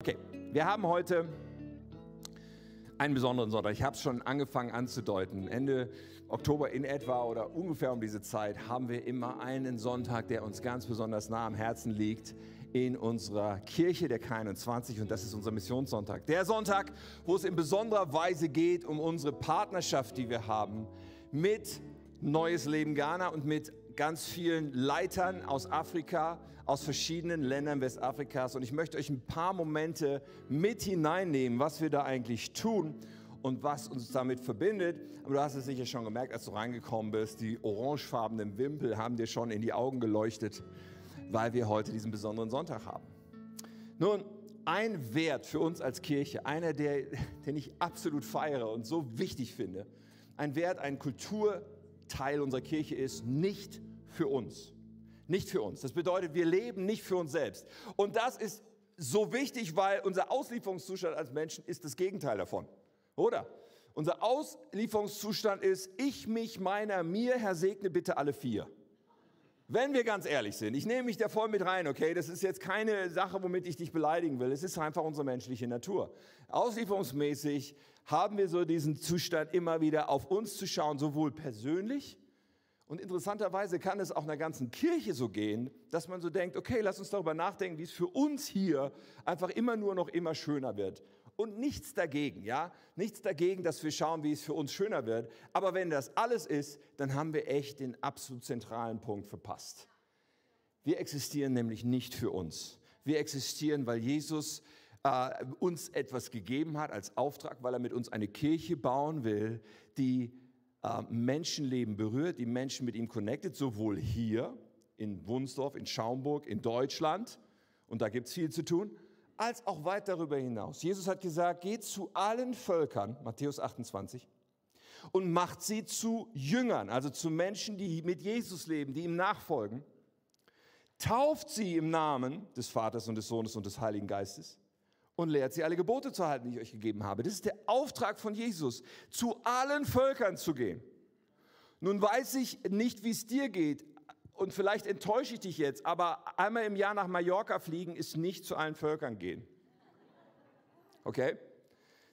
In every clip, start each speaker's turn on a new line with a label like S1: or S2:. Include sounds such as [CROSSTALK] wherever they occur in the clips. S1: Okay, wir haben heute einen besonderen Sonntag. Ich habe es schon angefangen anzudeuten. Ende Oktober in etwa oder ungefähr um diese Zeit haben wir immer einen Sonntag, der uns ganz besonders nah am Herzen liegt in unserer Kirche der K21 und das ist unser Missionssonntag. Der Sonntag, wo es in besonderer Weise geht um unsere Partnerschaft, die wir haben mit Neues Leben Ghana und mit ganz vielen Leitern aus Afrika, aus verschiedenen Ländern Westafrikas. Und ich möchte euch ein paar Momente mit hineinnehmen, was wir da eigentlich tun und was uns damit verbindet. Aber du hast es sicher schon gemerkt, als du reingekommen bist, die orangefarbenen Wimpel haben dir schon in die Augen geleuchtet, weil wir heute diesen besonderen Sonntag haben. Nun, ein Wert für uns als Kirche, einer, der, [LAUGHS] den ich absolut feiere und so wichtig finde, ein Wert, ein Kulturteil unserer Kirche ist nicht für uns. Nicht für uns. Das bedeutet, wir leben nicht für uns selbst. Und das ist so wichtig, weil unser Auslieferungszustand als Menschen ist das Gegenteil davon. Oder? Unser Auslieferungszustand ist, ich mich meiner, mir, Herr segne bitte alle vier. Wenn wir ganz ehrlich sind, ich nehme mich da voll mit rein, okay? Das ist jetzt keine Sache, womit ich dich beleidigen will. Es ist einfach unsere menschliche Natur. Auslieferungsmäßig haben wir so diesen Zustand, immer wieder auf uns zu schauen, sowohl persönlich, und interessanterweise kann es auch einer ganzen Kirche so gehen, dass man so denkt, okay, lass uns darüber nachdenken, wie es für uns hier einfach immer nur noch immer schöner wird. Und nichts dagegen, ja? Nichts dagegen, dass wir schauen, wie es für uns schöner wird. Aber wenn das alles ist, dann haben wir echt den absolut zentralen Punkt verpasst. Wir existieren nämlich nicht für uns. Wir existieren, weil Jesus äh, uns etwas gegeben hat als Auftrag, weil er mit uns eine Kirche bauen will, die äh, Menschenleben berührt, die Menschen mit ihm connected, sowohl hier in Wunsdorf, in Schaumburg, in Deutschland, und da gibt es viel zu tun, als auch weit darüber hinaus. Jesus hat gesagt, geht zu allen Völkern, Matthäus 28, und macht sie zu Jüngern, also zu Menschen, die mit Jesus leben, die ihm nachfolgen. Tauft sie im Namen des Vaters und des Sohnes und des Heiligen Geistes und lehrt sie alle Gebote zu halten, die ich euch gegeben habe. Das ist der Auftrag von Jesus, zu allen Völkern zu gehen. Nun weiß ich nicht, wie es dir geht und vielleicht enttäusche ich dich jetzt, aber einmal im Jahr nach Mallorca fliegen ist nicht zu allen Völkern gehen. Okay?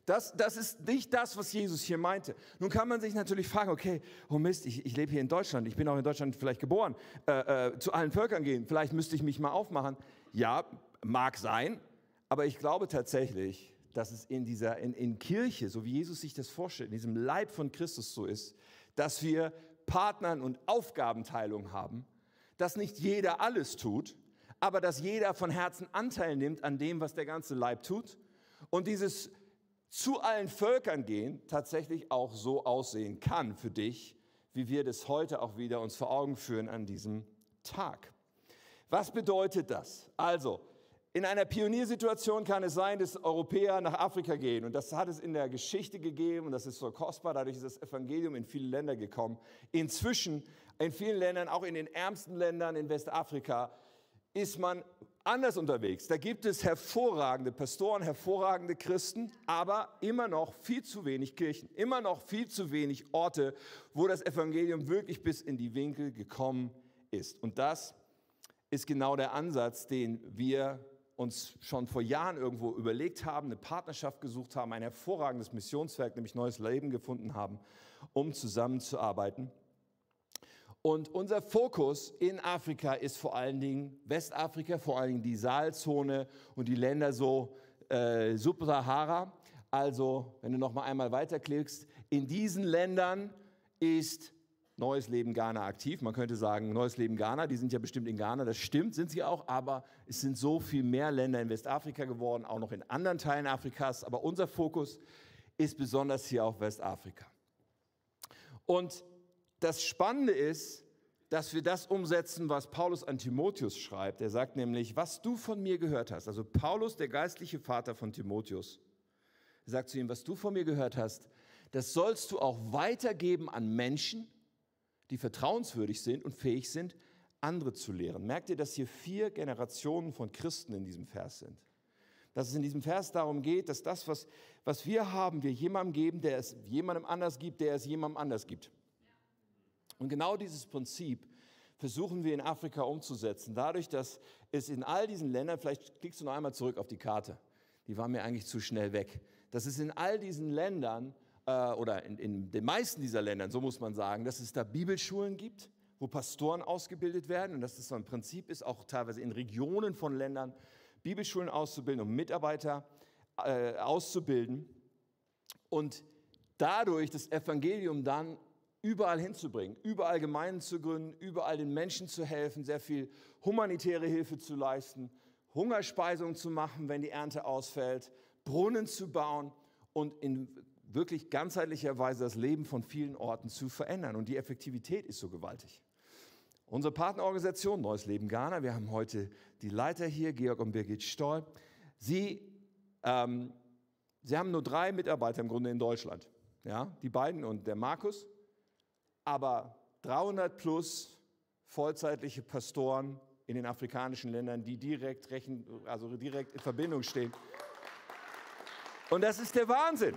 S1: Das, das ist nicht das, was Jesus hier meinte. Nun kann man sich natürlich fragen, okay, oh Mist, ich, ich lebe hier in Deutschland, ich bin auch in Deutschland vielleicht geboren, äh, äh, zu allen Völkern gehen, vielleicht müsste ich mich mal aufmachen. Ja, mag sein, aber ich glaube tatsächlich, dass es in dieser in, in Kirche, so wie Jesus sich das vorstellt, in diesem Leib von Christus so ist, dass wir Partnern und Aufgabenteilung haben, dass nicht jeder alles tut, aber dass jeder von Herzen Anteil nimmt an dem, was der ganze Leib tut und dieses zu allen Völkern gehen tatsächlich auch so aussehen kann für dich, wie wir das heute auch wieder uns vor Augen führen an diesem Tag. Was bedeutet das? Also, in einer Pioniersituation kann es sein, dass Europäer nach Afrika gehen. Und das hat es in der Geschichte gegeben und das ist so kostbar. Dadurch ist das Evangelium in viele Länder gekommen. Inzwischen, in vielen Ländern, auch in den ärmsten Ländern in Westafrika, ist man anders unterwegs. Da gibt es hervorragende Pastoren, hervorragende Christen, aber immer noch viel zu wenig Kirchen, immer noch viel zu wenig Orte, wo das Evangelium wirklich bis in die Winkel gekommen ist. Und das ist genau der Ansatz, den wir uns schon vor Jahren irgendwo überlegt haben, eine Partnerschaft gesucht haben, ein hervorragendes Missionswerk, nämlich Neues Leben gefunden haben, um zusammenzuarbeiten. Und unser Fokus in Afrika ist vor allen Dingen Westafrika, vor allen Dingen die Saalzone und die Länder so äh, Subsahara. Also, wenn du noch mal einmal weiterklickst, in diesen Ländern ist Neues Leben Ghana aktiv. Man könnte sagen, Neues Leben Ghana, die sind ja bestimmt in Ghana, das stimmt, sind sie auch, aber es sind so viel mehr Länder in Westafrika geworden, auch noch in anderen Teilen Afrikas, aber unser Fokus ist besonders hier auf Westafrika. Und das Spannende ist, dass wir das umsetzen, was Paulus an Timotheus schreibt. Er sagt nämlich, was du von mir gehört hast, also Paulus, der geistliche Vater von Timotheus, sagt zu ihm, was du von mir gehört hast, das sollst du auch weitergeben an Menschen, die vertrauenswürdig sind und fähig sind, andere zu lehren. Merkt ihr, dass hier vier Generationen von Christen in diesem Vers sind? Dass es in diesem Vers darum geht, dass das, was, was wir haben, wir jemandem geben, der es jemandem anders gibt, der es jemandem anders gibt. Und genau dieses Prinzip versuchen wir in Afrika umzusetzen, dadurch, dass es in all diesen Ländern, vielleicht klickst du noch einmal zurück auf die Karte, die war mir eigentlich zu schnell weg. Das ist in all diesen Ländern äh, oder in, in den meisten dieser Ländern, so muss man sagen, dass es da Bibelschulen gibt, wo Pastoren ausgebildet werden und dass das so ein Prinzip ist, auch teilweise in Regionen von Ländern Bibelschulen auszubilden und Mitarbeiter äh, auszubilden und dadurch das Evangelium dann überall hinzubringen, überall Gemeinden zu gründen, überall den Menschen zu helfen, sehr viel humanitäre Hilfe zu leisten, Hungerspeisung zu machen, wenn die Ernte ausfällt, Brunnen zu bauen und in wirklich ganzheitlicher Weise das Leben von vielen Orten zu verändern. Und die Effektivität ist so gewaltig. Unsere Partnerorganisation Neues Leben Ghana, wir haben heute die Leiter hier, Georg und Birgit Stoll. Sie, ähm, sie haben nur drei Mitarbeiter im Grunde in Deutschland. Ja, die beiden und der Markus. Aber 300 plus vollzeitliche Pastoren in den afrikanischen Ländern, die direkt, rechen, also direkt in Verbindung stehen. Und das ist der Wahnsinn.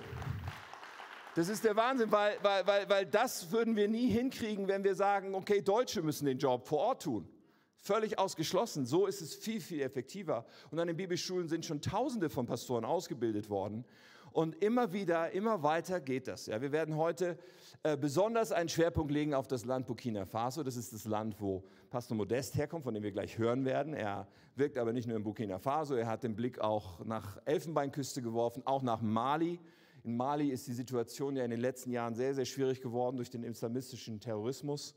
S1: Das ist der Wahnsinn, weil, weil, weil, weil das würden wir nie hinkriegen, wenn wir sagen, okay, Deutsche müssen den Job vor Ort tun. Völlig ausgeschlossen. So ist es viel, viel effektiver. Und an den Bibelschulen sind schon Tausende von Pastoren ausgebildet worden. Und immer wieder, immer weiter geht das. Ja, wir werden heute äh, besonders einen Schwerpunkt legen auf das Land Burkina Faso. Das ist das Land, wo Pastor Modest herkommt, von dem wir gleich hören werden. Er wirkt aber nicht nur in Burkina Faso, er hat den Blick auch nach Elfenbeinküste geworfen, auch nach Mali. In Mali ist die Situation ja in den letzten Jahren sehr, sehr schwierig geworden durch den islamistischen Terrorismus.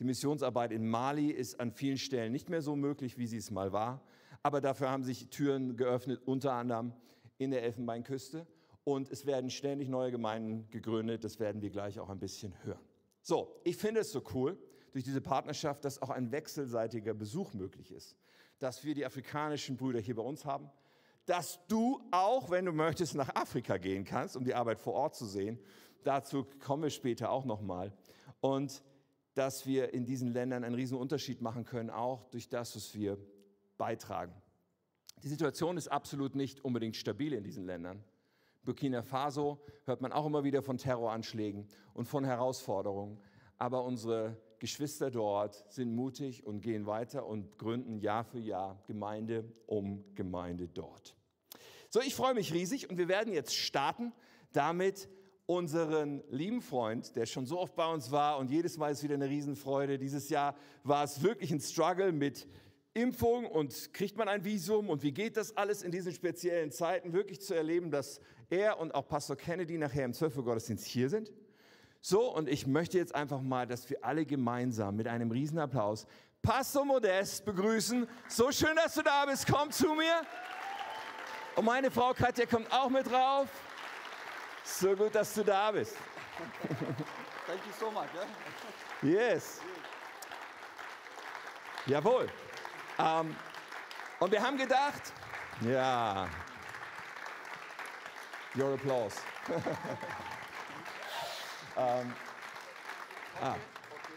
S1: Die Missionsarbeit in Mali ist an vielen Stellen nicht mehr so möglich, wie sie es mal war. Aber dafür haben sich Türen geöffnet, unter anderem in der Elfenbeinküste. Und es werden ständig neue Gemeinden gegründet. Das werden wir gleich auch ein bisschen hören. So, ich finde es so cool durch diese Partnerschaft, dass auch ein wechselseitiger Besuch möglich ist. Dass wir die afrikanischen Brüder hier bei uns haben, dass du auch, wenn du möchtest, nach Afrika gehen kannst, um die Arbeit vor Ort zu sehen. Dazu kommen wir später auch nochmal. Und dass wir in diesen Ländern einen riesen Unterschied machen können, auch durch das, was wir beitragen. Die Situation ist absolut nicht unbedingt stabil in diesen Ländern. Burkina Faso hört man auch immer wieder von Terroranschlägen und von Herausforderungen. Aber unsere Geschwister dort sind mutig und gehen weiter und gründen Jahr für Jahr Gemeinde um Gemeinde dort. So, ich freue mich riesig und wir werden jetzt starten damit unseren lieben Freund, der schon so oft bei uns war und jedes Mal ist wieder eine Riesenfreude. Dieses Jahr war es wirklich ein Struggle mit Impfung und kriegt man ein Visum und wie geht das alles in diesen speziellen Zeiten wirklich zu erleben, dass er und auch Pastor Kennedy nachher im 12. Uhr Gottesdienst hier sind? So, und ich möchte jetzt einfach mal, dass wir alle gemeinsam mit einem Riesenapplaus Pastor Modest begrüßen. So schön, dass du da bist. Komm zu mir. Und meine Frau Katja kommt auch mit drauf. So gut, dass du da bist.
S2: Thank you so much. eh? Yeah?
S1: Yes. Jawohl. Ähm, und wir haben gedacht, ja, your applause. [LAUGHS] ähm, ah,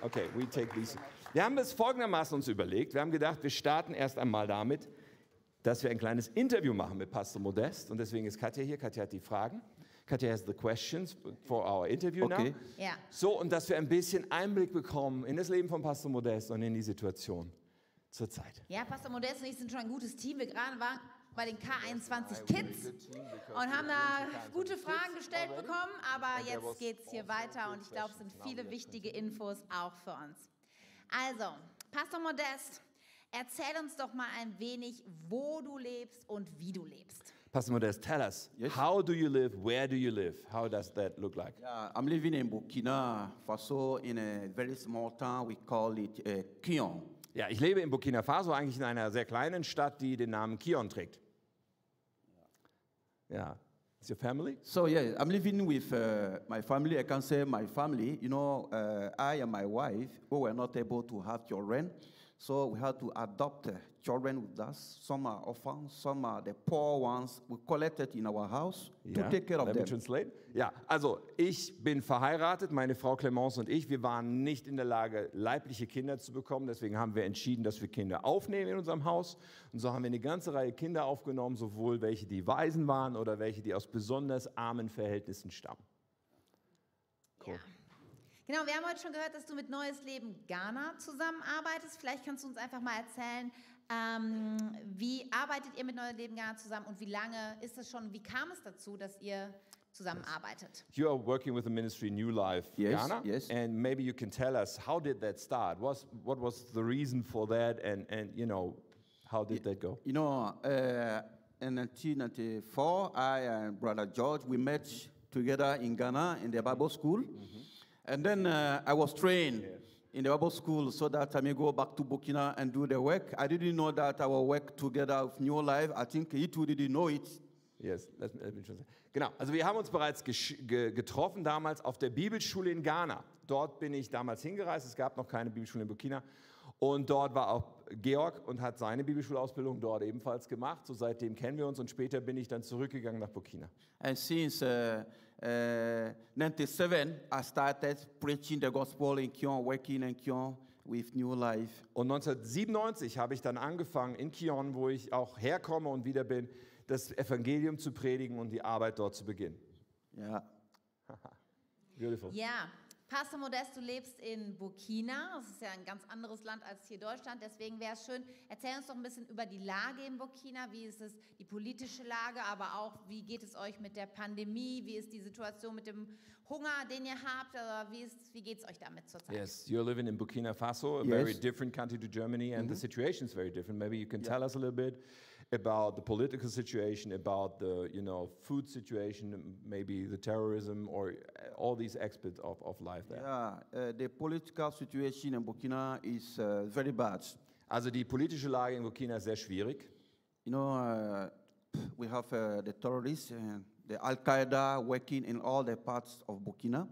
S1: okay, we take these. Wir haben es folgendermaßen uns überlegt. Wir haben gedacht, wir starten erst einmal damit, dass wir ein kleines Interview machen mit Pastor Modest. Und deswegen ist Katja hier. Katja hat die Fragen. Katja has the questions for our interview
S2: Okay.
S1: now.
S3: Ja,
S1: So, und dass wir ein bisschen Einblick bekommen in das Leben von Pastor Modest und in die Situation zurzeit.
S3: ja Pastor Modest und ich sind schon ein gutes Team. Wir gerade waren bei den K21 Kids und haben da gute Fragen gestellt bekommen. Aber jetzt geht es hier weiter und ich glaube, es sind viele wichtige Infos auch für uns. Also, Pastor Modest, erzähl uns doch mal ein wenig, wo du lebst und wie du lebst.
S1: Pastor Modest, tell us,
S2: Yes.
S1: how do you live? Where do you live? How does that look like?
S2: Yeah, Uh, I'm living in Burkina Faso in a very small town. We call it uh, Kion.
S1: Ja, ich lebe in Burkina Faso, eigentlich in einer sehr kleinen Stadt, die den Namen Kion trägt. Ja. Is your family?
S2: So yeah, I'm living with uh, my family. I can say my family. You know, uh, I and my wife we were not able to have children, so we had to adopt uh, children with us. Some are orphans, some are the poor ones. We collected in our house
S1: Ja,
S2: to take care of
S1: let me
S2: them.
S1: translate. Ja, also ich bin verheiratet, meine Frau Clemence und ich, wir waren nicht in der Lage, leibliche Kinder zu bekommen. Deswegen haben wir entschieden, dass wir Kinder aufnehmen in unserem Haus. Und so haben wir eine ganze Reihe Kinder aufgenommen, sowohl welche, die Waisen waren oder welche, die aus besonders armen Verhältnissen stammen. Cool.
S3: Genau, wir haben heute schon gehört, dass du mit Neues Leben Ghana zusammenarbeitest. Vielleicht kannst du uns einfach mal erzählen, Ähm, wie arbeitet ihr mit Neue Leben Ghana zusammen und wie lange ist es schon? Wie kam es dazu, dass ihr zusammenarbeitet?
S1: You are working with the ministry New Life
S2: Yes,
S1: Ghana,
S2: yes.
S1: and maybe you can tell us how did that start? Was what was the reason for that, and and you know, how did that go?
S2: You know, uh, in 1994, I and Brother George, we met together in Ghana in the Bible school. And then uh, I was trained in the Bible school so that I may go back to Burkina and do the work. I didn't know that I will work together with New Life. I think he too didn't know it.
S1: Yes, lass mich- lass mich schon sagen. Genau, also wir haben uns bereits gesch- ge getroffen damals auf der Bibelschule in Ghana. Dort bin ich damals hingereist, es gab noch keine Bibelschule in Burkina. Und dort war auch Georg und hat seine Bibelschulausbildung dort ebenfalls gemacht. So seitdem kennen wir uns und später bin ich dann zurückgegangen nach Burkina.
S2: And since uh, uh, 97, I started preaching the gospel in Kion, working in Kion with New Life.
S1: Und 1997 habe ich dann angefangen in Kion, wo ich auch herkomme und wieder bin, das Evangelium zu predigen und die Arbeit dort zu beginnen.
S2: Yeah.
S1: Beautiful.
S3: Ja, Pastor Modest, du lebst in Burkina. Das ist ja ein ganz anderes Land als hier Deutschland. Deswegen wäre es schön, erzähl uns doch ein bisschen über die Lage in Burkina. Wie ist es, die politische Lage, aber auch, wie geht es euch mit der Pandemie? Wie ist die Situation mit dem Hunger, den ihr habt? Oder wie, ist, wie geht es euch damit zurzeit?
S1: Yes, you're living in Burkina Faso, a very
S2: Yes. Mm-hmm.
S1: different country to Germany, and the situation is very different. Maybe you can tell us a little bit about the political situation, about the you know food situation, m- maybe the terrorism, or uh, all these aspects of, of life there.
S2: Yeah, uh, the political situation in Burkina is uh, very bad.
S1: Also die politische Lage in Burkina ist sehr schwierig.
S2: You know, uh, we have uh, the terrorists, and the Al Qaeda working in all the parts of Burkina.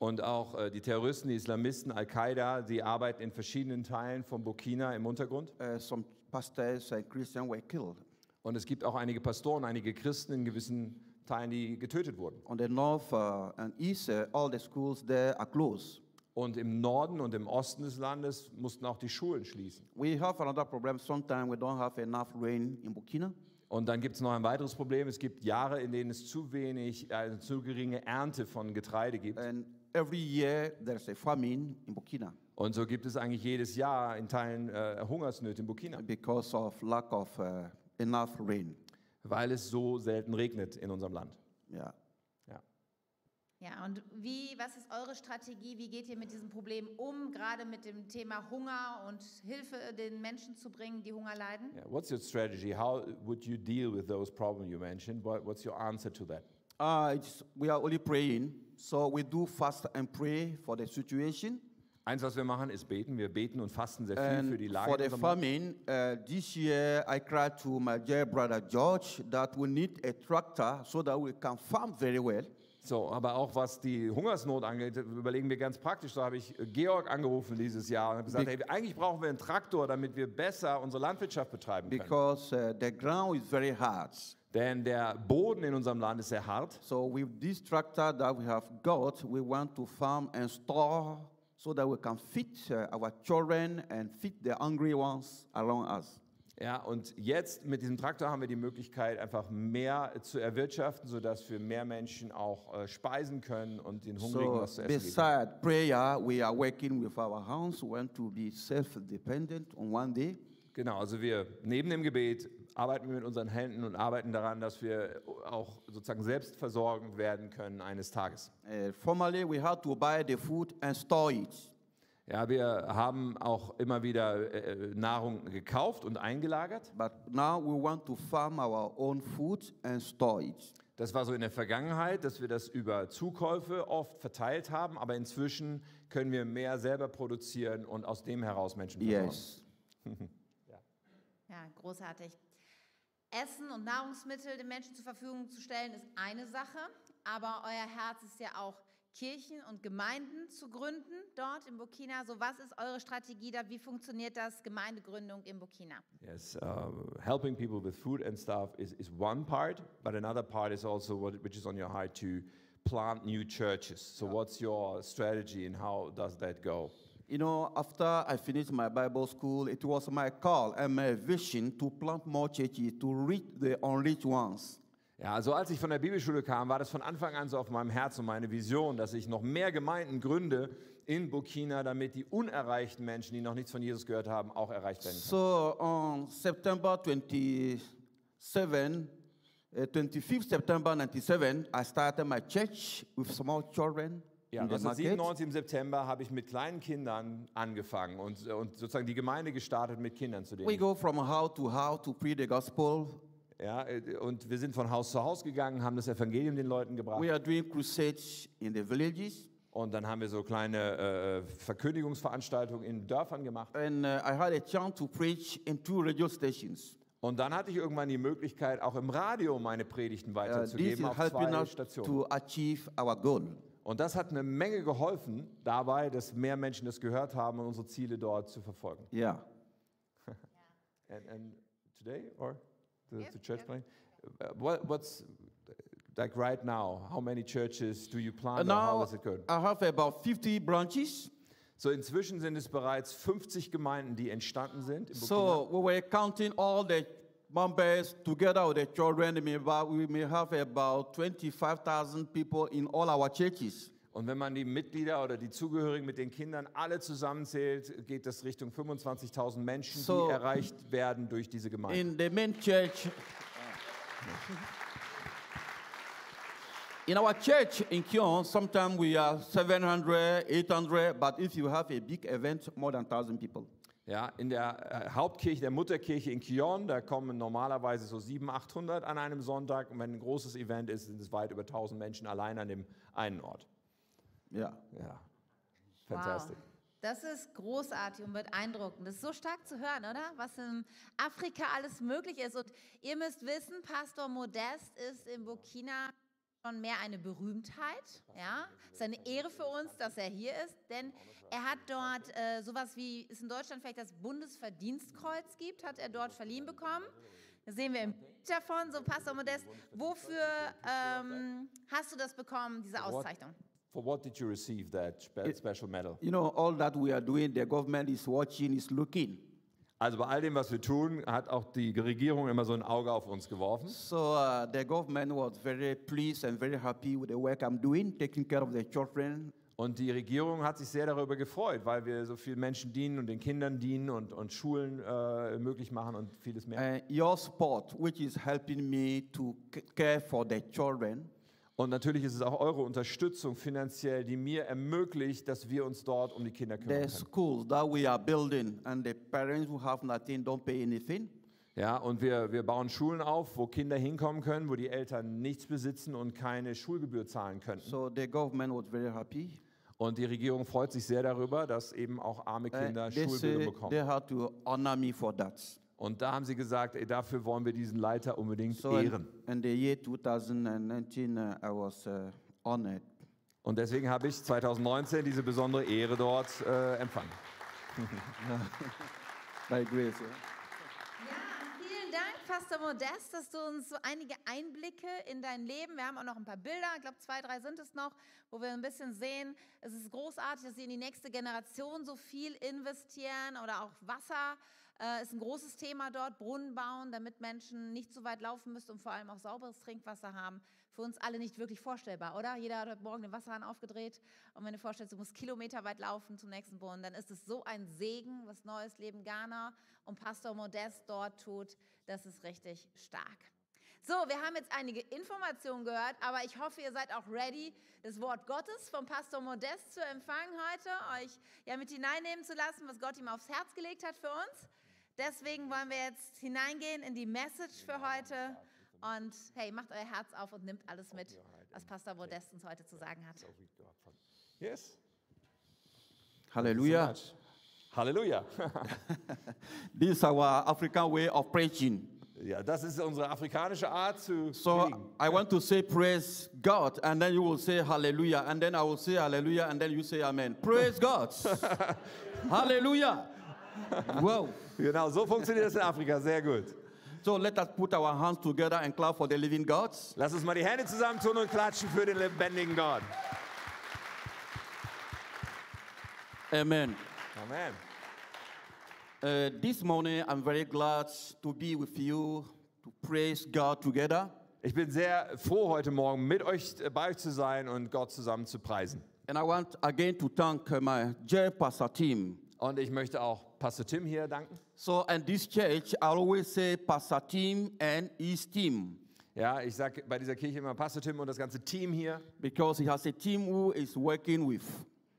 S1: Und auch äh, die Terroristen, die Islamisten, Al-Qaida, die arbeiten in verschiedenen Teilen von Burkina im Untergrund.
S2: Uh, some pastors and Christians were killed.
S1: Und es gibt auch einige Pastoren, einige Christen in gewissen Teilen, die getötet wurden.
S2: On the north uh, and east, uh, all the schools there are closed.
S1: Und im Norden und im Osten des Landes mussten auch die Schulen schließen.
S2: We have another problem. Sometimes we don't have enough rain in Burkina.
S1: Und dann gibt es noch ein weiteres Problem. Es gibt Jahre, in denen es zu wenig, also zu geringe Ernte von Getreide gibt.
S2: And every year there's a famine in Burkina
S1: Und so gibt es eigentlich jedes Jahr in Teilen äh, Hungersnöte in Burkina,
S2: because of lack of uh, enough rain.
S1: weil es so selten regnet in unserem Land.
S2: Yeah.
S1: Ja.
S3: Ja, und wie, was ist eure Strategie? Wie geht ihr mit diesem Problem um, gerade mit dem Thema Hunger und Hilfe äh, den Menschen zu bringen, die Hunger leiden?
S1: Yeah. What's your strategy? How would you deal with those problems you mentioned? What, what's your answer to that?
S2: Uh, it's, we are only praying. So we do fast and pray for the situation.
S1: Eins, was wir machen, ist beten. Wir beten und fasten sehr viel für die
S2: And
S1: Lage.
S2: for
S1: in
S2: the
S1: unserem Land.
S2: famine, uh, this year I cried to my dear brother George that we need a tractor so that we can farm very well.
S1: So, aber auch was die Hungersnot angeht, überlegen wir ganz praktisch. Da habe ich Georg angerufen dieses Jahr und habe gesagt, hey, eigentlich brauchen wir einen Traktor, damit wir besser unsere Landwirtschaft betreiben können.
S2: Because uh, the ground is very hard.
S1: Denn der Boden in unserem Land ist sehr hart.
S2: So with this tractor that we have got, we want to farm and store so that we can feed uh, our children and feed the hungry ones around us.
S1: Ja, und jetzt mit diesem Traktor haben wir die Möglichkeit, einfach mehr zu erwirtschaften, sodass wir mehr Menschen auch äh, speisen können und den Hungrigen
S2: So
S1: was zu essen geben.
S2: beside prayer, we are working with our hands. We want to be self-dependent on one day.
S1: Genau, also wir neben dem Gebet arbeiten wir mit unseren Händen und arbeiten daran, dass wir auch sozusagen selbstversorgend werden können eines Tages.
S2: Uh, formerly, we had to buy the food and store it.
S1: Ja, wir haben auch immer wieder äh, Nahrung gekauft und eingelagert.
S2: But now we want to farm our own food and store it.
S1: Das war so in der Vergangenheit, dass wir das über Zukäufe oft verteilt haben, aber inzwischen können wir mehr selber produzieren und aus dem heraus Menschen versorgen.
S2: Yes.
S3: Ja, großartig. Essen und Nahrungsmittel den Menschen zur Verfügung zu stellen, ist eine Sache, aber euer Herz ist ja auch, Kirchen und Gemeinden zu gründen dort in Burkina. So, was ist eure Strategie da? Wie funktioniert das Gemeindegründung in Burkina?
S1: Yes, uh, helping people with food and stuff is, is one part, but another part is also what, which is on your heart to plant new churches. So, what's your strategy and how does that go?
S2: You know, after I finished my Bible school, it was my call and my vision to plant more churches to reach the unreached ones.
S1: Ja, also als ich von der Bibelschule kam, war das von Anfang an so auf meinem Herz und meine Vision, dass ich noch mehr Gemeinden gründe in Burkina, damit die unerreichten Menschen, die noch nichts von Jesus gehört haben, auch erreicht werden. können.
S2: So on September 27, uh, 25th September 97, I started my church with small children
S1: Ja,
S2: in the market.
S1: 1997 im September habe ich mit kleinen Kindern angefangen und, äh, und sozusagen die Gemeinde gestartet mit Kindern zu
S2: We
S1: denen.
S2: go from house to house to preach the gospel.
S1: Ja, äh, und wir sind von Haus zu Haus gegangen, haben das Evangelium den Leuten gebracht
S2: We are doing crusades in the villages.
S1: und dann haben wir so kleine äh, Verkündigungsveranstaltungen in Dörfern gemacht.
S2: And uh, I had a chance to preach in two radio stations.
S1: Und dann hatte ich irgendwann die Möglichkeit, auch im Radio meine Predigten
S2: Uh, this
S1: weiterzugeben
S2: is
S1: auf
S2: helping
S1: zwei
S2: us
S1: Stationen.
S2: to achieve our goal.
S1: Und das hat eine Menge geholfen dabei, dass mehr Menschen das gehört haben und unsere Ziele dort zu verfolgen.
S2: Yeah.
S1: And, and today or the,
S3: Yeah,
S1: the church plan? Uh, what, what's uh, like right now? How many churches do you plan?
S2: And
S1: or how
S2: now
S1: is it going?
S2: I have about 50 branches.
S1: So inzwischen sind es bereits 50 Gemeinden, die entstanden sind. In Burkina.
S2: So we were counting all the members together with the children. We may, about- we may have about 25,000 people in all our churches.
S1: Und wenn man die Mitglieder oder die Zugehörigen mit den Kindern alle zusammenzählt, geht das Richtung 25.000 Menschen,
S2: So-
S1: die erreicht werden durch diese Gemeinde.
S2: In the main church, in our church in Kion, sometimes we are 700, 800, but if you have a big event, more than 1,000 people.
S1: Ja, in der äh, Hauptkirche, der Mutterkirche in Kion, da kommen normalerweise so 700, 800 an einem Sonntag. Und wenn ein großes Event ist, sind es weit über 1000 Menschen allein an dem einen Ort.
S2: Yeah.
S1: Ja,
S3: Wow.
S1: fantastisch.
S3: Das ist großartig und beeindruckend. Das ist so stark zu hören, oder? Was in Afrika alles möglich ist. Und ihr müsst wissen, Pastor Modest ist in Burkina schon mehr eine Berühmtheit. Ja, es ist eine Ehre für uns, dass er hier ist, denn er hat dort äh, sowas wie es in Deutschland vielleicht das Bundesverdienstkreuz gibt, hat er dort verliehen bekommen. Das sehen wir im Bild davon. So Pastor Modest, wofür ähm, hast du das bekommen, diese Auszeichnung?
S1: For what did you receive that spe special medal?
S2: You know, all that we are doing, the government is watching, is looking.
S1: Also bei all dem, was wir tun, hat auch die Regierung immer so ein Auge auf uns geworfen.
S2: So uh, the government was very pleased and very happy with the work I'm doing, taking care of the children.
S1: Und die Regierung hat sich sehr darüber gefreut, weil wir so vielen Menschen dienen und den Kindern dienen und, und Schulen äh, möglich machen und vieles mehr.
S2: And your support, which is helping me to c- care for the children,
S1: Und natürlich ist es auch eure Unterstützung finanziell, die mir ermöglicht, dass wir uns dort um die Kinder kümmern
S2: the
S1: können.
S2: schools that we are building, and the parents who have nothing don't pay anything.
S1: Ja, und wir, wir bauen Schulen auf, wo Kinder hinkommen können, wo die Eltern nichts besitzen und keine Schulgebühr zahlen könnten.
S2: So the government was very happy.
S1: Und die Regierung freut sich sehr darüber, dass eben auch arme
S2: Uh,
S1: Kinder
S2: they
S1: Schulbildung
S2: say
S1: bekommen.
S2: they had to honor me for that.
S1: Und da haben sie gesagt, ey, dafür wollen wir diesen Leiter unbedingt
S2: So in,
S1: ehren.
S2: in the year 2019, uh, I was uh, honored.
S1: Und deswegen habe ich 2019 diese besondere Ehre dort äh, empfangen.
S2: By grace. yeah.
S3: Ja, vielen Dank, Pastor Modest, dass du uns so einige Einblicke in dein Leben. Wir haben auch noch ein paar Bilder, ich glaube zwei, drei sind es noch, wo wir ein bisschen sehen. Es ist großartig, dass sie in die nächste Generation so viel investieren oder auch Wasser äh, ist ein großes Thema dort, Brunnen bauen, damit Menschen nicht so weit laufen müssen und vor allem auch sauberes Trinkwasser haben. Für uns alle nicht wirklich vorstellbar, oder? Jeder hat heute Morgen den Wasserhahn aufgedreht und wenn du vorstellst, du musst kilometerweit laufen zum nächsten Brunnen, dann ist es so ein Segen, was Neues Leben Ghana und Pastor Modest dort tut. Das ist richtig stark. So, wir haben jetzt einige Informationen gehört, aber ich hoffe, ihr seid auch ready, das Wort Gottes vom Pastor Modest zu empfangen heute, euch ja mit hineinnehmen zu lassen, was Gott ihm aufs Herz gelegt hat für uns. Deswegen wollen wir jetzt hineingehen in die Message für heute. Und hey, macht euer Herz auf und nimmt alles mit, was Pastor Modest uns heute zu sagen hat.
S1: Yes.
S2: Hallelujah.
S1: Halleluja. [LAUGHS]
S2: This is our African way of preaching.
S1: Ja, das ist unsere afrikanische Art zu predigen.
S2: So I want to say praise God, and then you will say hallelujah, and then I will say hallelujah, and then you say amen. Praise God. hallelujah. Wow.
S1: Genau, so funktioniert das in Afrika. Sehr gut.
S2: So let us put our hands together and clap for the living God.
S1: Lass uns mal die Hände zusammentun und klatschen für den lebendigen Gott.
S2: Amen.
S1: Amen.
S2: Uh, this morning, I'm very glad to be with you to praise God together.
S1: Ich bin sehr froh, heute Morgen mit euch äh, bei euch zu sein und Gott zusammen zu preisen.
S2: And I want again to thank uh, my dear pastor team.
S1: Und ich möchte auch Pastor Tim hier danken.
S2: So, and this church, I always say pastor team and his team
S1: Ja, ich sage bei dieser Kirche immer Pastor Tim und das ganze Team hier.
S2: because he has a team who is working with.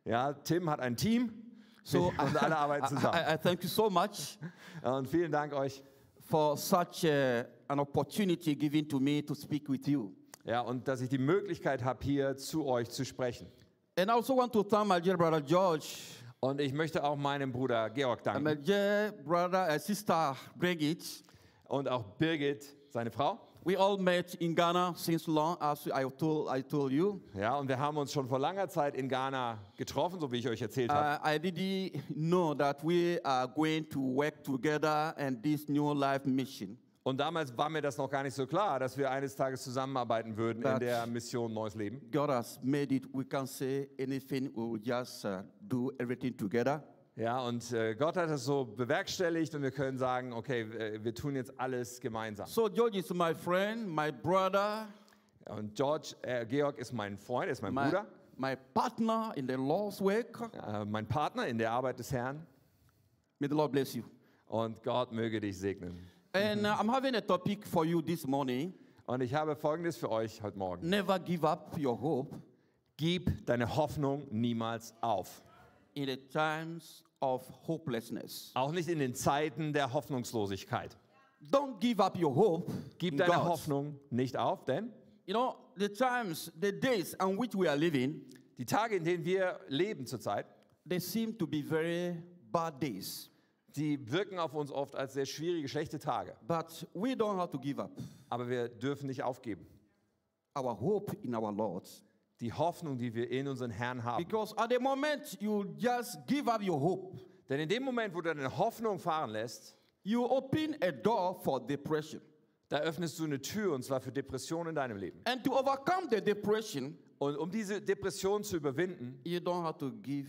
S1: Ja, Tim hat ein Team
S2: So
S1: [LAUGHS] und alle
S2: [LAUGHS]
S1: arbeiten
S2: I,
S1: zusammen.
S2: I- I thank you so much
S1: Und vielen Dank euch.
S2: for such uh, an opportunity given to me to speak with you.
S1: Ja, und dass ich die Möglichkeit habe, hier zu euch zu sprechen.
S2: And I also want to thank my dear brother George,
S1: Und ich möchte auch meinem Bruder Georg
S2: and my
S1: danken
S2: dear brother and sister Brigitte.
S1: und auch Birgit, seine Frau.
S2: We all met in Ghana since long, as I told, I told you.
S1: Ja, und wir haben uns schon vor langer Zeit in Ghana getroffen, so wie ich euch erzählt habe.
S2: Uh, I didn't know that we are going to work together in this new life mission.
S1: Und damals war mir das noch gar nicht so klar, dass wir eines Tages zusammenarbeiten würden in
S2: But-
S1: der Mission Neues Leben.
S2: God has made it. We can say anything. We will just uh, do everything together.
S1: Ja, und äh, Gott hat das so bewerkstelligt und wir können sagen, okay, äh, wir tun jetzt alles gemeinsam.
S2: So George is my friend, my brother,
S1: Und George, äh, Georg ist mein Freund, er ist mein
S2: my,
S1: Bruder,
S2: my partner in the Lord's work.
S1: äh, mein Partner in der Arbeit des Herrn.
S2: May the Lord bless you.
S1: Und Gott möge dich segnen.
S2: And uh, I'm having a topic for you this morning.
S1: Und ich habe Folgendes für euch heute Morgen.
S2: Never give up your hope
S1: Gib deine Hoffnung niemals auf.
S2: in the times of hopelessness.
S1: Auch nicht in den Zeiten der Hoffnungslosigkeit.
S2: Don't give up your hope.
S1: Gib
S2: in
S1: deine
S2: God.
S1: Hoffnung nicht auf, denn
S2: You know, the times, the days on which we are living,
S1: die Tage, in denen wir leben zurzeit,
S2: they seem to be very bad days.
S1: die wirken auf uns oft als sehr schwierige, schlechte Tage.
S2: But we don't have to give up
S1: Aber wir dürfen nicht aufgeben.
S2: our hope in our Lord.
S1: Die Hoffnung, die wir in unseren Herrn haben.
S2: Because at the moment you just give up your hope,
S1: Denn in dem Moment, wo du deine Hoffnung fahren lässt,
S2: you open a door for depression.
S1: da öffnest du eine Tür und zwar für Depressionen in deinem Leben.
S2: And to overcome the depression,
S1: Und um diese Depression zu überwinden,
S2: you don't have to give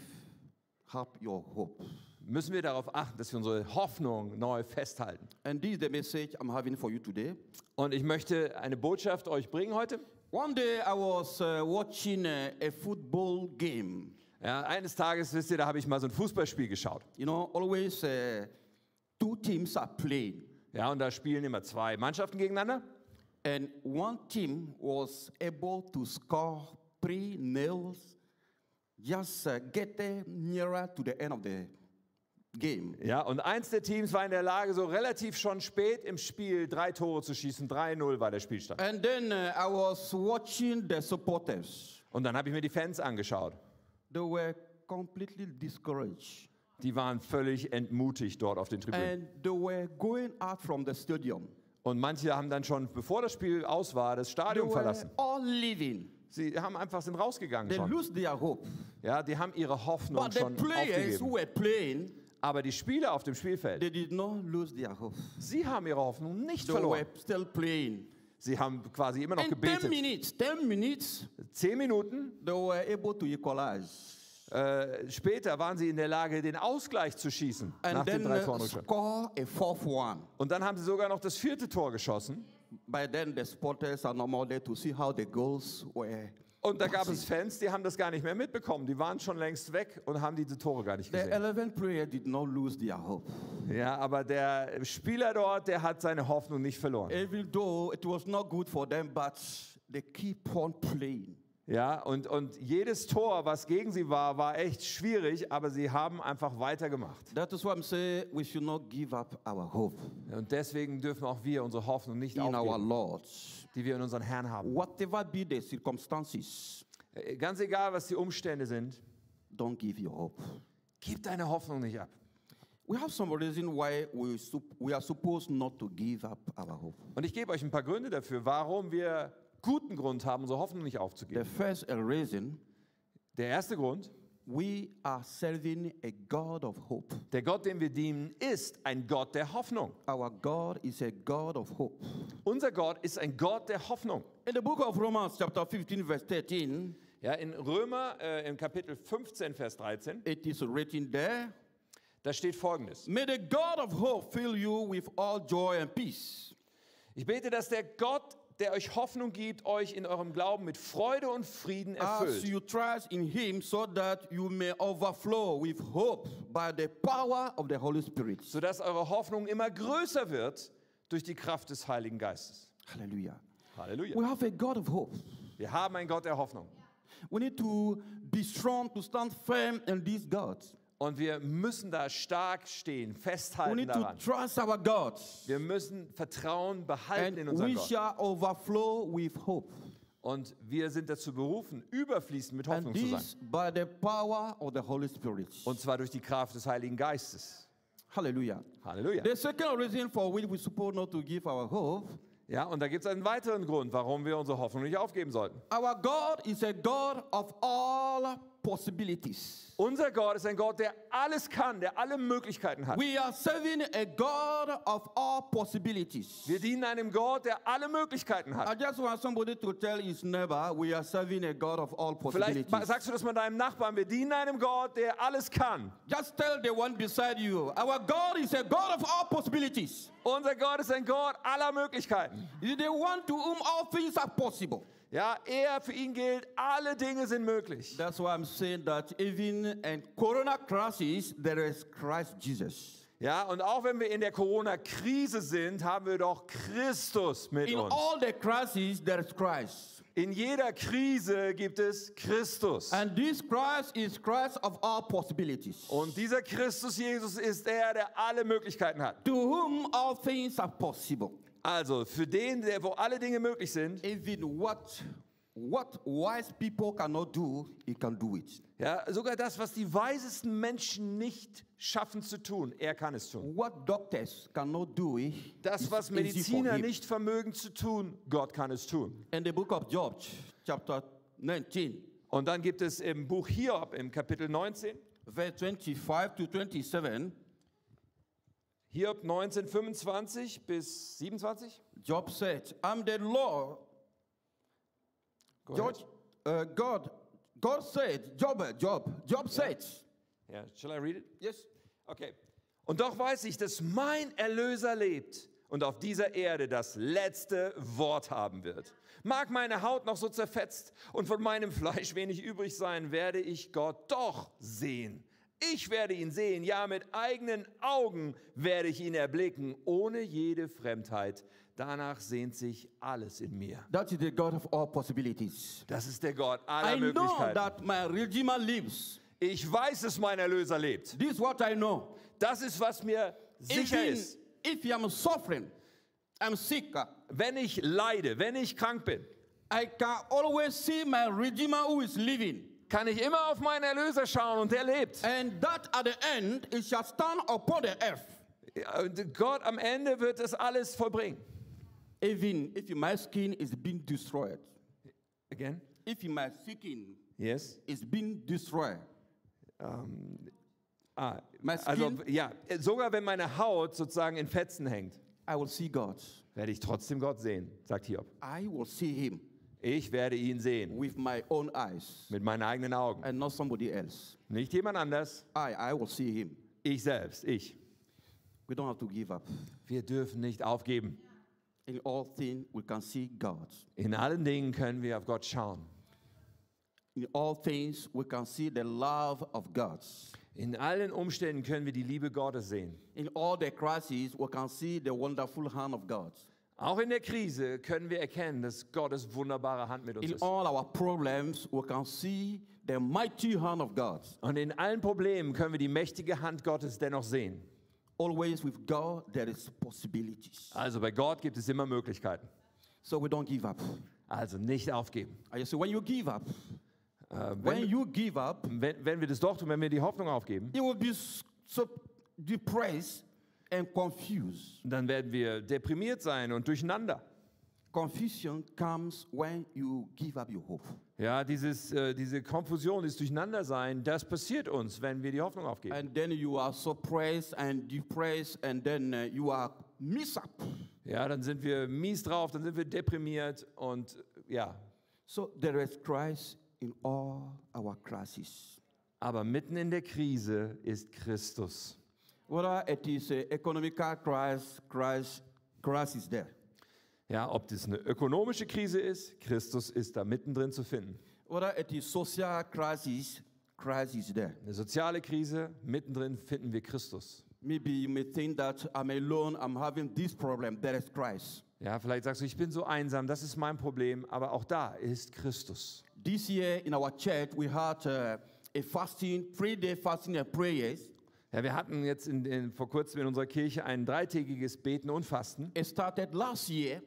S2: up your hope.
S1: müssen wir darauf achten, dass wir unsere Hoffnung neu festhalten.
S2: And this is the message I'm having for you today.
S1: Und ich möchte eine Botschaft euch bringen heute.
S2: One day I was uh, watching uh, a football game.
S1: Ja, eines Tages, wisst ihr, da habe ich mal so ein Fußballspiel geschaut.
S2: You know, always uh, two teams are playing,
S1: Ja, und da spielen immer zwei Mannschaften gegeneinander.
S2: and one team was able to score three nails, just uh, get them nearer to the end of the game.
S1: Ja, und eins der Teams war in der Lage, so relativ schon spät im Spiel drei Tore zu schießen. 3-0 war der Spielstand.
S2: And then uh, I was watching the supporters.
S1: Und dann habe ich mir die Fans angeschaut.
S2: They were completely discouraged,
S1: Die waren völlig entmutigt dort auf den Tribünen.
S2: and they were going out from the stadium.
S1: Und manche haben dann schon, bevor das Spiel aus war, das
S2: They
S1: Stadion
S2: were
S1: verlassen.
S2: all leaving.
S1: Sie haben einfach sind rausgegangen
S2: They
S1: schon.
S2: lose their hope.
S1: Ja, die haben ihre Hoffnung
S2: But the
S1: schon
S2: players
S1: aufgegeben.
S2: who were playing,
S1: Aber die Spieler auf dem Spielfeld,
S2: they did not lose their hope.
S1: sie haben ihre Hoffnung nicht
S2: They were
S1: verloren.
S2: still playing.
S1: Sie haben quasi immer noch
S2: In 10
S1: gebetet.
S2: minutes, 10 minutes,
S1: Zehn Minuten
S2: they were able to equalize.
S1: äh, später waren sie in der Lage, den Ausgleich zu schießen nach
S2: And
S1: den
S2: then
S1: drei
S2: uh,
S1: Toren. Rückstand.
S2: score a fourth one.
S1: Und dann haben sie sogar noch das vierte Tor geschossen.
S2: By then, the supporters are no more there to see how the goals were.
S1: Und da gab es Fans, die haben das gar nicht mehr mitbekommen. Die waren schon längst weg und haben diese Tore gar nicht
S2: The
S1: gesehen.
S2: 11th player did not lose their hope.
S1: Ja, aber der Spieler dort, der hat seine Hoffnung nicht verloren.
S2: Even though it was not good for them, but they keep on playing.
S1: Ja, und, und jedes Tor, was gegen sie war, war echt schwierig, aber sie haben einfach weitergemacht.
S2: That is why I'm saying we should not give up our hope
S1: Und deswegen dürfen auch wir unsere Hoffnung nicht
S2: in our
S1: aufgeben,
S2: Lord.
S1: die wir in unseren Herrn haben.
S2: Whatever be the circumstances,
S1: Äh, Ganz egal, was die Umstände sind,
S2: don't give your hope.
S1: gib deine Hoffnung nicht ab.
S2: We have some reason why we, sup- we are supposed not to give up our hope.
S1: Und ich gebe euch ein paar Gründe dafür, warum wir guten Grund haben, unsere Hoffnung nicht
S2: The
S1: aufzugeben.
S2: first uh, reason,
S1: Der erste Grund,
S2: we are serving a God of hope.
S1: der Gott, dem wir dienen, ist ein Gott der Hoffnung.
S2: Our God is a God of hope.
S1: Unser Gott ist ein Gott der Hoffnung.
S2: In the book of Romans, chapter 15, verse 13,
S1: Ja, in Römer äh, im Kapitel 15, Vers 13,
S2: it is written there
S1: da steht folgendes.
S2: May the God of hope fill you with all joy and peace
S1: Ich bete, dass der Gott der euch Hoffnung gibt, euch in eurem Glauben mit Freude und Frieden
S2: as
S1: erfüllt.
S2: you trust in him so that you may overflow with hope by the power of the Holy Spirit.
S1: sodass eure Hoffnung immer größer wird durch die Kraft des Heiligen Geistes.
S2: Hallelujah. We
S1: Halleluja.
S2: have a God of hope.
S1: Wir haben einen Gott der Hoffnung.
S2: We need to be strong to stand firm in this God.
S1: Und wir müssen da stark stehen,
S2: We
S1: festhalten
S2: need to
S1: daran.
S2: trust our God.
S1: Wir müssen Vertrauen behalten in
S2: And we
S1: unseren Gott.
S2: shall overflow with hope.
S1: Und wir sind dazu berufen, überfließend mit
S2: And
S1: Hoffnung zu sein.
S2: this by the power of the Holy Spirit.
S1: Und zwar durch die Kraft des Heiligen Geistes.
S2: Hallelujah.
S1: Halleluja.
S2: The second reason for which we suppose not to give our hope,
S1: Ja, und da gibt es einen weiteren Grund, warum wir unsere Hoffnung nicht aufgeben sollten.
S2: our God is a God of all possibilities.
S1: Unser Gott ist ein Gott, der alles kann, der alle Möglichkeiten hat.
S2: We are serving a God of all possibilities.
S1: Wir dienen einem Gott, der alle Möglichkeiten
S2: I
S1: hat.
S2: just want somebody to tell his neighbor, we are serving a God of all
S1: Vielleicht ma-
S2: possibilities.
S1: sagst du das mal deinem Nachbarn, wir dienen einem Gott, der alles kann.
S2: Just tell the one beside you, our God is a God of all possibilities.
S1: Unser Gott ist ein Gott aller Möglichkeiten.
S2: He is the one to whom all things are possible.
S1: Ja, er für ihn gilt, alle Dinge sind möglich.
S2: That's why I'm saying that even in Corona crisis, there is Christ Jesus.
S1: Ja, und auch wenn wir in der Corona-Krise sind, haben wir doch Christus mit
S2: In
S1: uns.
S2: all the crises, there is Christ.
S1: In jeder Krise gibt es Christus.
S2: And this Christ is Christ of all possibilities,
S1: Und dieser Christus Jesus ist der, der alle Möglichkeiten hat.
S2: to whom all things are possible.
S1: Also für den, der, wo alle Dinge möglich sind,
S2: Even what what wise people cannot do, he can do it.
S1: ja, sogar das, was die weisesten Menschen nicht schaffen zu tun, er kann es tun.
S2: What doctors cannot do, is
S1: Das, was
S2: easy for
S1: Mediziner
S2: him.
S1: nicht vermögen zu tun, Gott kann es tun.
S2: In the book of Job, chapter 19,
S1: Und dann gibt es im Buch Hiob im Kapitel 19,
S2: verse 25 to 27,
S1: Hiob 19, 25 bis 27.
S2: Job said, I'm the Lord.
S1: Go
S2: George,
S1: ahead.
S2: uh, God, God said, Job, uh, Job, Job said,
S1: Yeah, shall I read it?
S2: yes,
S1: Okay. Und doch weiß ich, dass mein Erlöser lebt und auf dieser Erde das letzte Wort haben wird. Mag meine Haut noch so zerfetzt und von meinem Fleisch wenig übrig sein, werde ich Gott doch sehen. Ich werde ihn sehen, ja, mit eigenen Augen werde ich ihn erblicken, ohne jede Fremdheit. Danach sehnt sich alles in mir.
S2: that is the God of all possibilities.
S1: Das ist der Gott aller
S2: I know
S1: Möglichkeiten.
S2: that my Redeemer lives.
S1: Ich weiß, dass mein Erlöser lebt.
S2: This is what I know.
S1: Das ist, was mir sicher
S2: Even
S1: ist.
S2: if I'm suffering, I'm sick,
S1: Wenn ich leide, wenn ich krank bin,
S2: I can always see my Redeemer who is living.
S1: kann ich immer auf meinen Erlöser schauen und er lebt.
S2: And that at the end, it shall stand upon the earth.
S1: Und Gott am Ende wird das alles vollbringen.
S2: Even if my skin is being destroyed,
S1: Again?
S2: if my skin
S1: Yes.
S2: is being destroyed,
S1: Ah,
S2: My
S1: also
S2: skin-
S1: ja, sogar wenn meine Haut sozusagen in Fetzen hängt,
S2: I will see God.
S1: werde ich trotzdem Gott sehen, sagt Hiob.
S2: I will see him
S1: Ich werde ihn sehen
S2: with my own eyes
S1: mit meinen eigenen Augen,
S2: and not somebody else.
S1: nicht jemand anders,
S2: I, I will see him.
S1: ich selbst, ich.
S2: We don't have to give up.
S1: Wir dürfen nicht aufgeben.
S2: In all things, we can see God.
S1: In allen Dingen können wir auf Gott schauen.
S2: In all things, we can see the love of God.
S1: In allen Umständen können wir die Liebe Gottes sehen.
S2: In all the crises, we can see the wonderful hand of God.
S1: Auch in der Krise können wir erkennen, dass Gottes wunderbare Hand mit uns
S2: In
S1: ist.
S2: all our problems, we can see the mighty hand of God.
S1: Und in allen Problemen können wir die mächtige Hand Gottes dennoch sehen.
S2: Always with God, there is possibilities.
S1: Also bei Gott gibt es immer Möglichkeiten.
S2: So we don't give up.
S1: Also nicht aufgeben.
S2: I say, when you give up,
S1: Äh,
S2: when
S1: wenn,
S2: you give up,
S1: wenn, wenn wir das doch tun, wenn wir die Hoffnung aufgeben,
S2: you will be s- so depressed and confused.
S1: dann werden wir deprimiert sein und durcheinander.
S2: Confusion comes when you give up your hope.
S1: Ja, dieses, äh, diese Konfusion, dieses Durcheinandersein, das passiert uns, wenn wir die Hoffnung aufgeben.
S2: And then you are suppressed and depressed, and then uh, you are messed up.
S1: Ja, dann sind wir mies drauf, dann sind wir deprimiert und äh, ja.
S2: So there is Christ in all our crises.
S1: Aber mitten in der Krise ist Christus.
S2: uh, Whether it is an economic crisis, Christ, Christ is there.
S1: Ja, ob das eine ökonomische Krise ist, Christus ist da mittendrin zu finden.
S2: Whether it is social crisis, Christ is there.
S1: Eine soziale Krise, mittendrin finden wir Christus.
S2: Maybe you may think that I'm alone, I'm having this problem. There is Christ.
S1: Ja, vielleicht sagst du, ich bin so einsam, das ist mein Problem, aber auch da ist Christus.
S2: This year in our church, we had uh, a fasting, three day fasting and prayers.
S1: Ja, wir hatten jetzt in, in, vor kurzem in unserer Kirche ein dreitägiges Beten und Fasten.
S2: It started last year.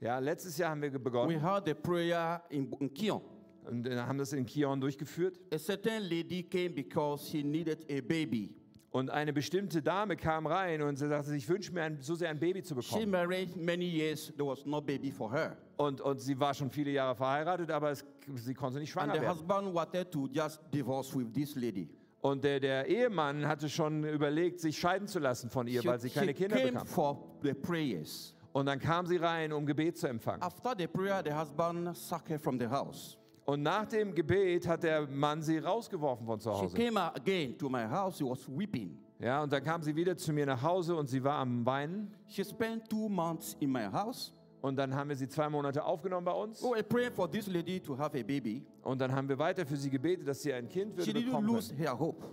S1: Ja, letztes Jahr haben wir
S2: We
S1: begonnen
S2: had a prayer in, in Kion.
S1: und äh, haben das in Kion durchgeführt.
S2: A certain lady came because she needed a baby.
S1: Und eine bestimmte Dame kam rein und sie sagte, ich wünsche mir ein, so sehr ein Baby zu
S2: She
S1: bekommen.
S2: married many years, there was no baby for her.
S1: Und, und sie war schon viele Jahre verheiratet, aber es, sie konnte nicht
S2: And
S1: schwanger
S2: the
S1: werden.
S2: husband wanted to just divorce with this lady.
S1: Und der, der Ehemann hatte schon überlegt, sich scheiden zu lassen von ihr,
S2: She,
S1: weil sie
S2: she
S1: keine Kinder
S2: came
S1: bekam.
S2: for the prayers.
S1: Und dann kam sie rein, um Gebet zu empfangen.
S2: After the prayer, the husband sacked her from the house.
S1: Und nach dem Gebet hat der Mann sie rausgeworfen von zu
S2: She
S1: Hause.
S2: came out again to my house. She was weeping.
S1: Ja, und dann kam sie wieder zu mir nach Hause und sie war am Weinen.
S2: She spent two months in my house.
S1: Und dann haben wir sie zwei Monate aufgenommen bei uns.
S2: We were praying Oh, for this lady to have a baby.
S1: Und dann haben wir weiter für sie gebetet, dass sie ein Kind
S2: She
S1: würde
S2: didn't
S1: bekommen.
S2: lose
S1: Können.
S2: her hope.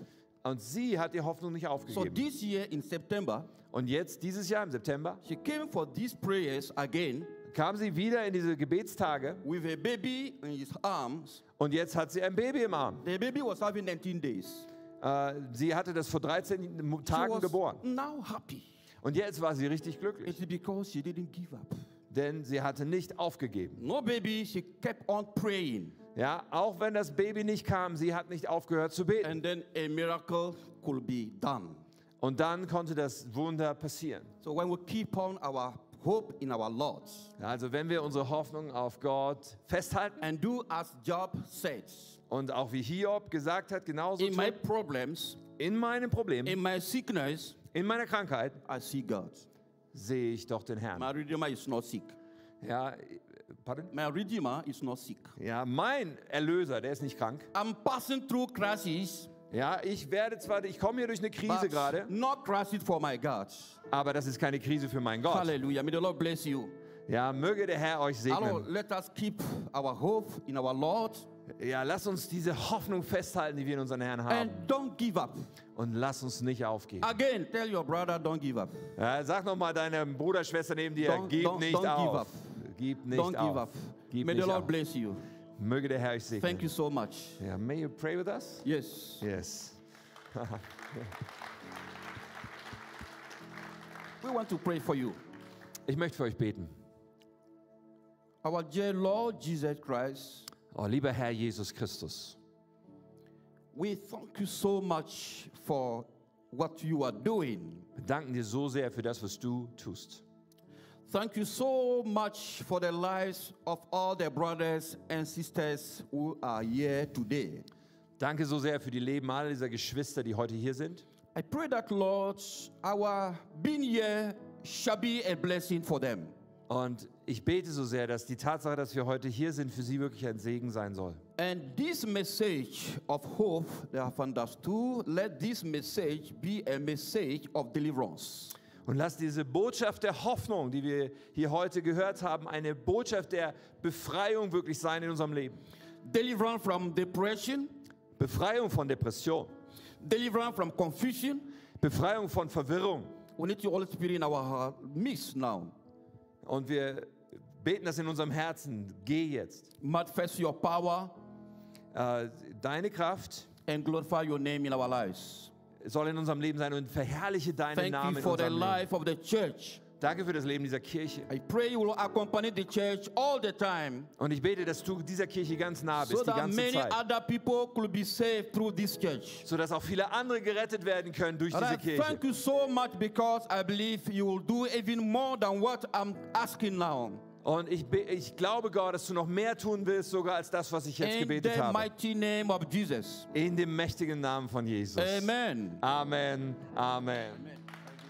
S1: Und sie hat die Hoffnung nicht
S2: So
S1: aufgegeben.
S2: this year in September,
S1: Und jetzt, dieses Jahr im September,
S2: she came for these prayers again
S1: kam sie wieder in diese Gebetstage
S2: with a baby in his arms.
S1: und jetzt hat sie ein Baby im Arm.
S2: The baby was having 19 days.
S1: Äh, sie hatte das vor 13 Mo-
S2: She
S1: Tagen
S2: was
S1: geboren.
S2: now happy.
S1: Und jetzt war sie richtig glücklich,
S2: It's because she didn't give up.
S1: denn sie hatte nicht aufgegeben.
S2: No baby, she kept on praying.
S1: Ja, auch wenn das Baby nicht kam, sie hat nicht aufgehört zu beten.
S2: And then a miracle could be done.
S1: Und dann konnte das Wunder passieren.
S2: So when we keep on our hope in our Lord
S1: Also wenn wir unsere Hoffnung auf Gott festhalten
S2: and do as Job says,
S1: und auch wie Hiob gesagt hat, genauso
S2: in my
S1: tun,
S2: problems,
S1: in meinem Problem,
S2: in my sickness,
S1: in meiner Krankheit,
S2: I see God.
S1: sehe ich doch den Herrn.
S2: My redeemer is not sick.
S1: Ja, äh, pardon?
S2: My redeemer is not sick.
S1: Ja, mein Erlöser, der ist nicht krank.
S2: I'm passing through crises,
S1: Ja, ich werde zwar, ich komme hier durch eine Krise
S2: but
S1: gerade,
S2: not crisis for my God.
S1: aber das ist keine Krise für meinen Gott.
S2: Hallelujah. May the Lord bless you.
S1: Ja, möge der Herr euch
S2: Hello,
S1: segnen.
S2: let us keep our hope in our Lord
S1: Ja, lasst uns diese Hoffnung festhalten, die wir in unseren Herrn
S2: and
S1: haben.
S2: don't give up.
S1: Und lasst uns nicht aufgeben.
S2: Again, tell your brother, don't give up.
S1: Ja, sag nochmal deinem Bruder, Schwester neben dir,
S2: Don't-
S1: gib
S2: don't-
S1: nicht
S2: don't give
S1: auf.
S2: up.
S1: Gib
S2: Don't
S1: nicht
S2: give
S1: auf.
S2: up.
S1: Gib
S2: May the
S1: nicht
S2: Lord
S1: auf.
S2: bless you.
S1: Möge der Herr euch
S2: Thank
S1: segnen.
S2: you so much.
S1: Ja, may you pray with us?
S2: Yes.
S1: Yes.
S2: We want to pray for you.
S1: Ich möchte für euch beten.
S2: Our dear Lord Jesus Christ,
S1: Oh, lieber Herr Jesus Christus,
S2: we thank you so much for what you are doing.
S1: wir danken dir so sehr für das, was du tust.
S2: Thank you so much for the lives of all the brothers and sisters who are here today.
S1: Danke so sehr für die Leben all dieser Geschwister, die heute hier sind.
S2: I pray that, Lord, our being here shall be a blessing for them.
S1: Und ich bete so sehr, dass die Tatsache, dass wir heute hier sind, für sie wirklich ein Segen sein soll.
S2: And this message of hope they have understood, let this message be a message of deliverance.
S1: Und lass diese Botschaft der Hoffnung, die wir hier heute gehört haben, eine Botschaft der Befreiung wirklich sein in unserem Leben.
S2: Deliverance from depression,
S1: Befreiung von Depression,
S2: deliverance from confusion.
S1: Befreiung von Verwirrung.
S2: We need your Holy Spirit in our heart midst now.
S1: Und wir beten das in unserem Herzen. Geh jetzt.
S2: Manifest your power
S1: Äh, Deine Kraft
S2: and glorify your name in our lives.
S1: soll in unserem Leben sein und verherrliche deinen
S2: Thank
S1: Namen
S2: you
S1: in
S2: for the
S1: unserem Leben.
S2: life of the church.
S1: Danke für das Leben dieser Kirche.
S2: I pray you will accompany the church all the time
S1: Und ich bete, dass du dieser Kirche ganz nah
S2: so
S1: bist, die
S2: that
S1: ganze
S2: many
S1: Zeit.
S2: other people could be saved through this church.
S1: Sodass auch viele andere gerettet werden können durch
S2: And I
S1: diese
S2: thank
S1: Kirche.
S2: you so much because I believe you will do even more than what I'm asking now.
S1: Und ich, be- ich glaube, Gott, dass du noch mehr tun willst, sogar als das, was ich jetzt
S2: In
S1: gebetet
S2: the
S1: habe.
S2: mighty name of Jesus.
S1: In dem mächtigen Namen von Jesus.
S2: Amen.
S1: Amen. Amen.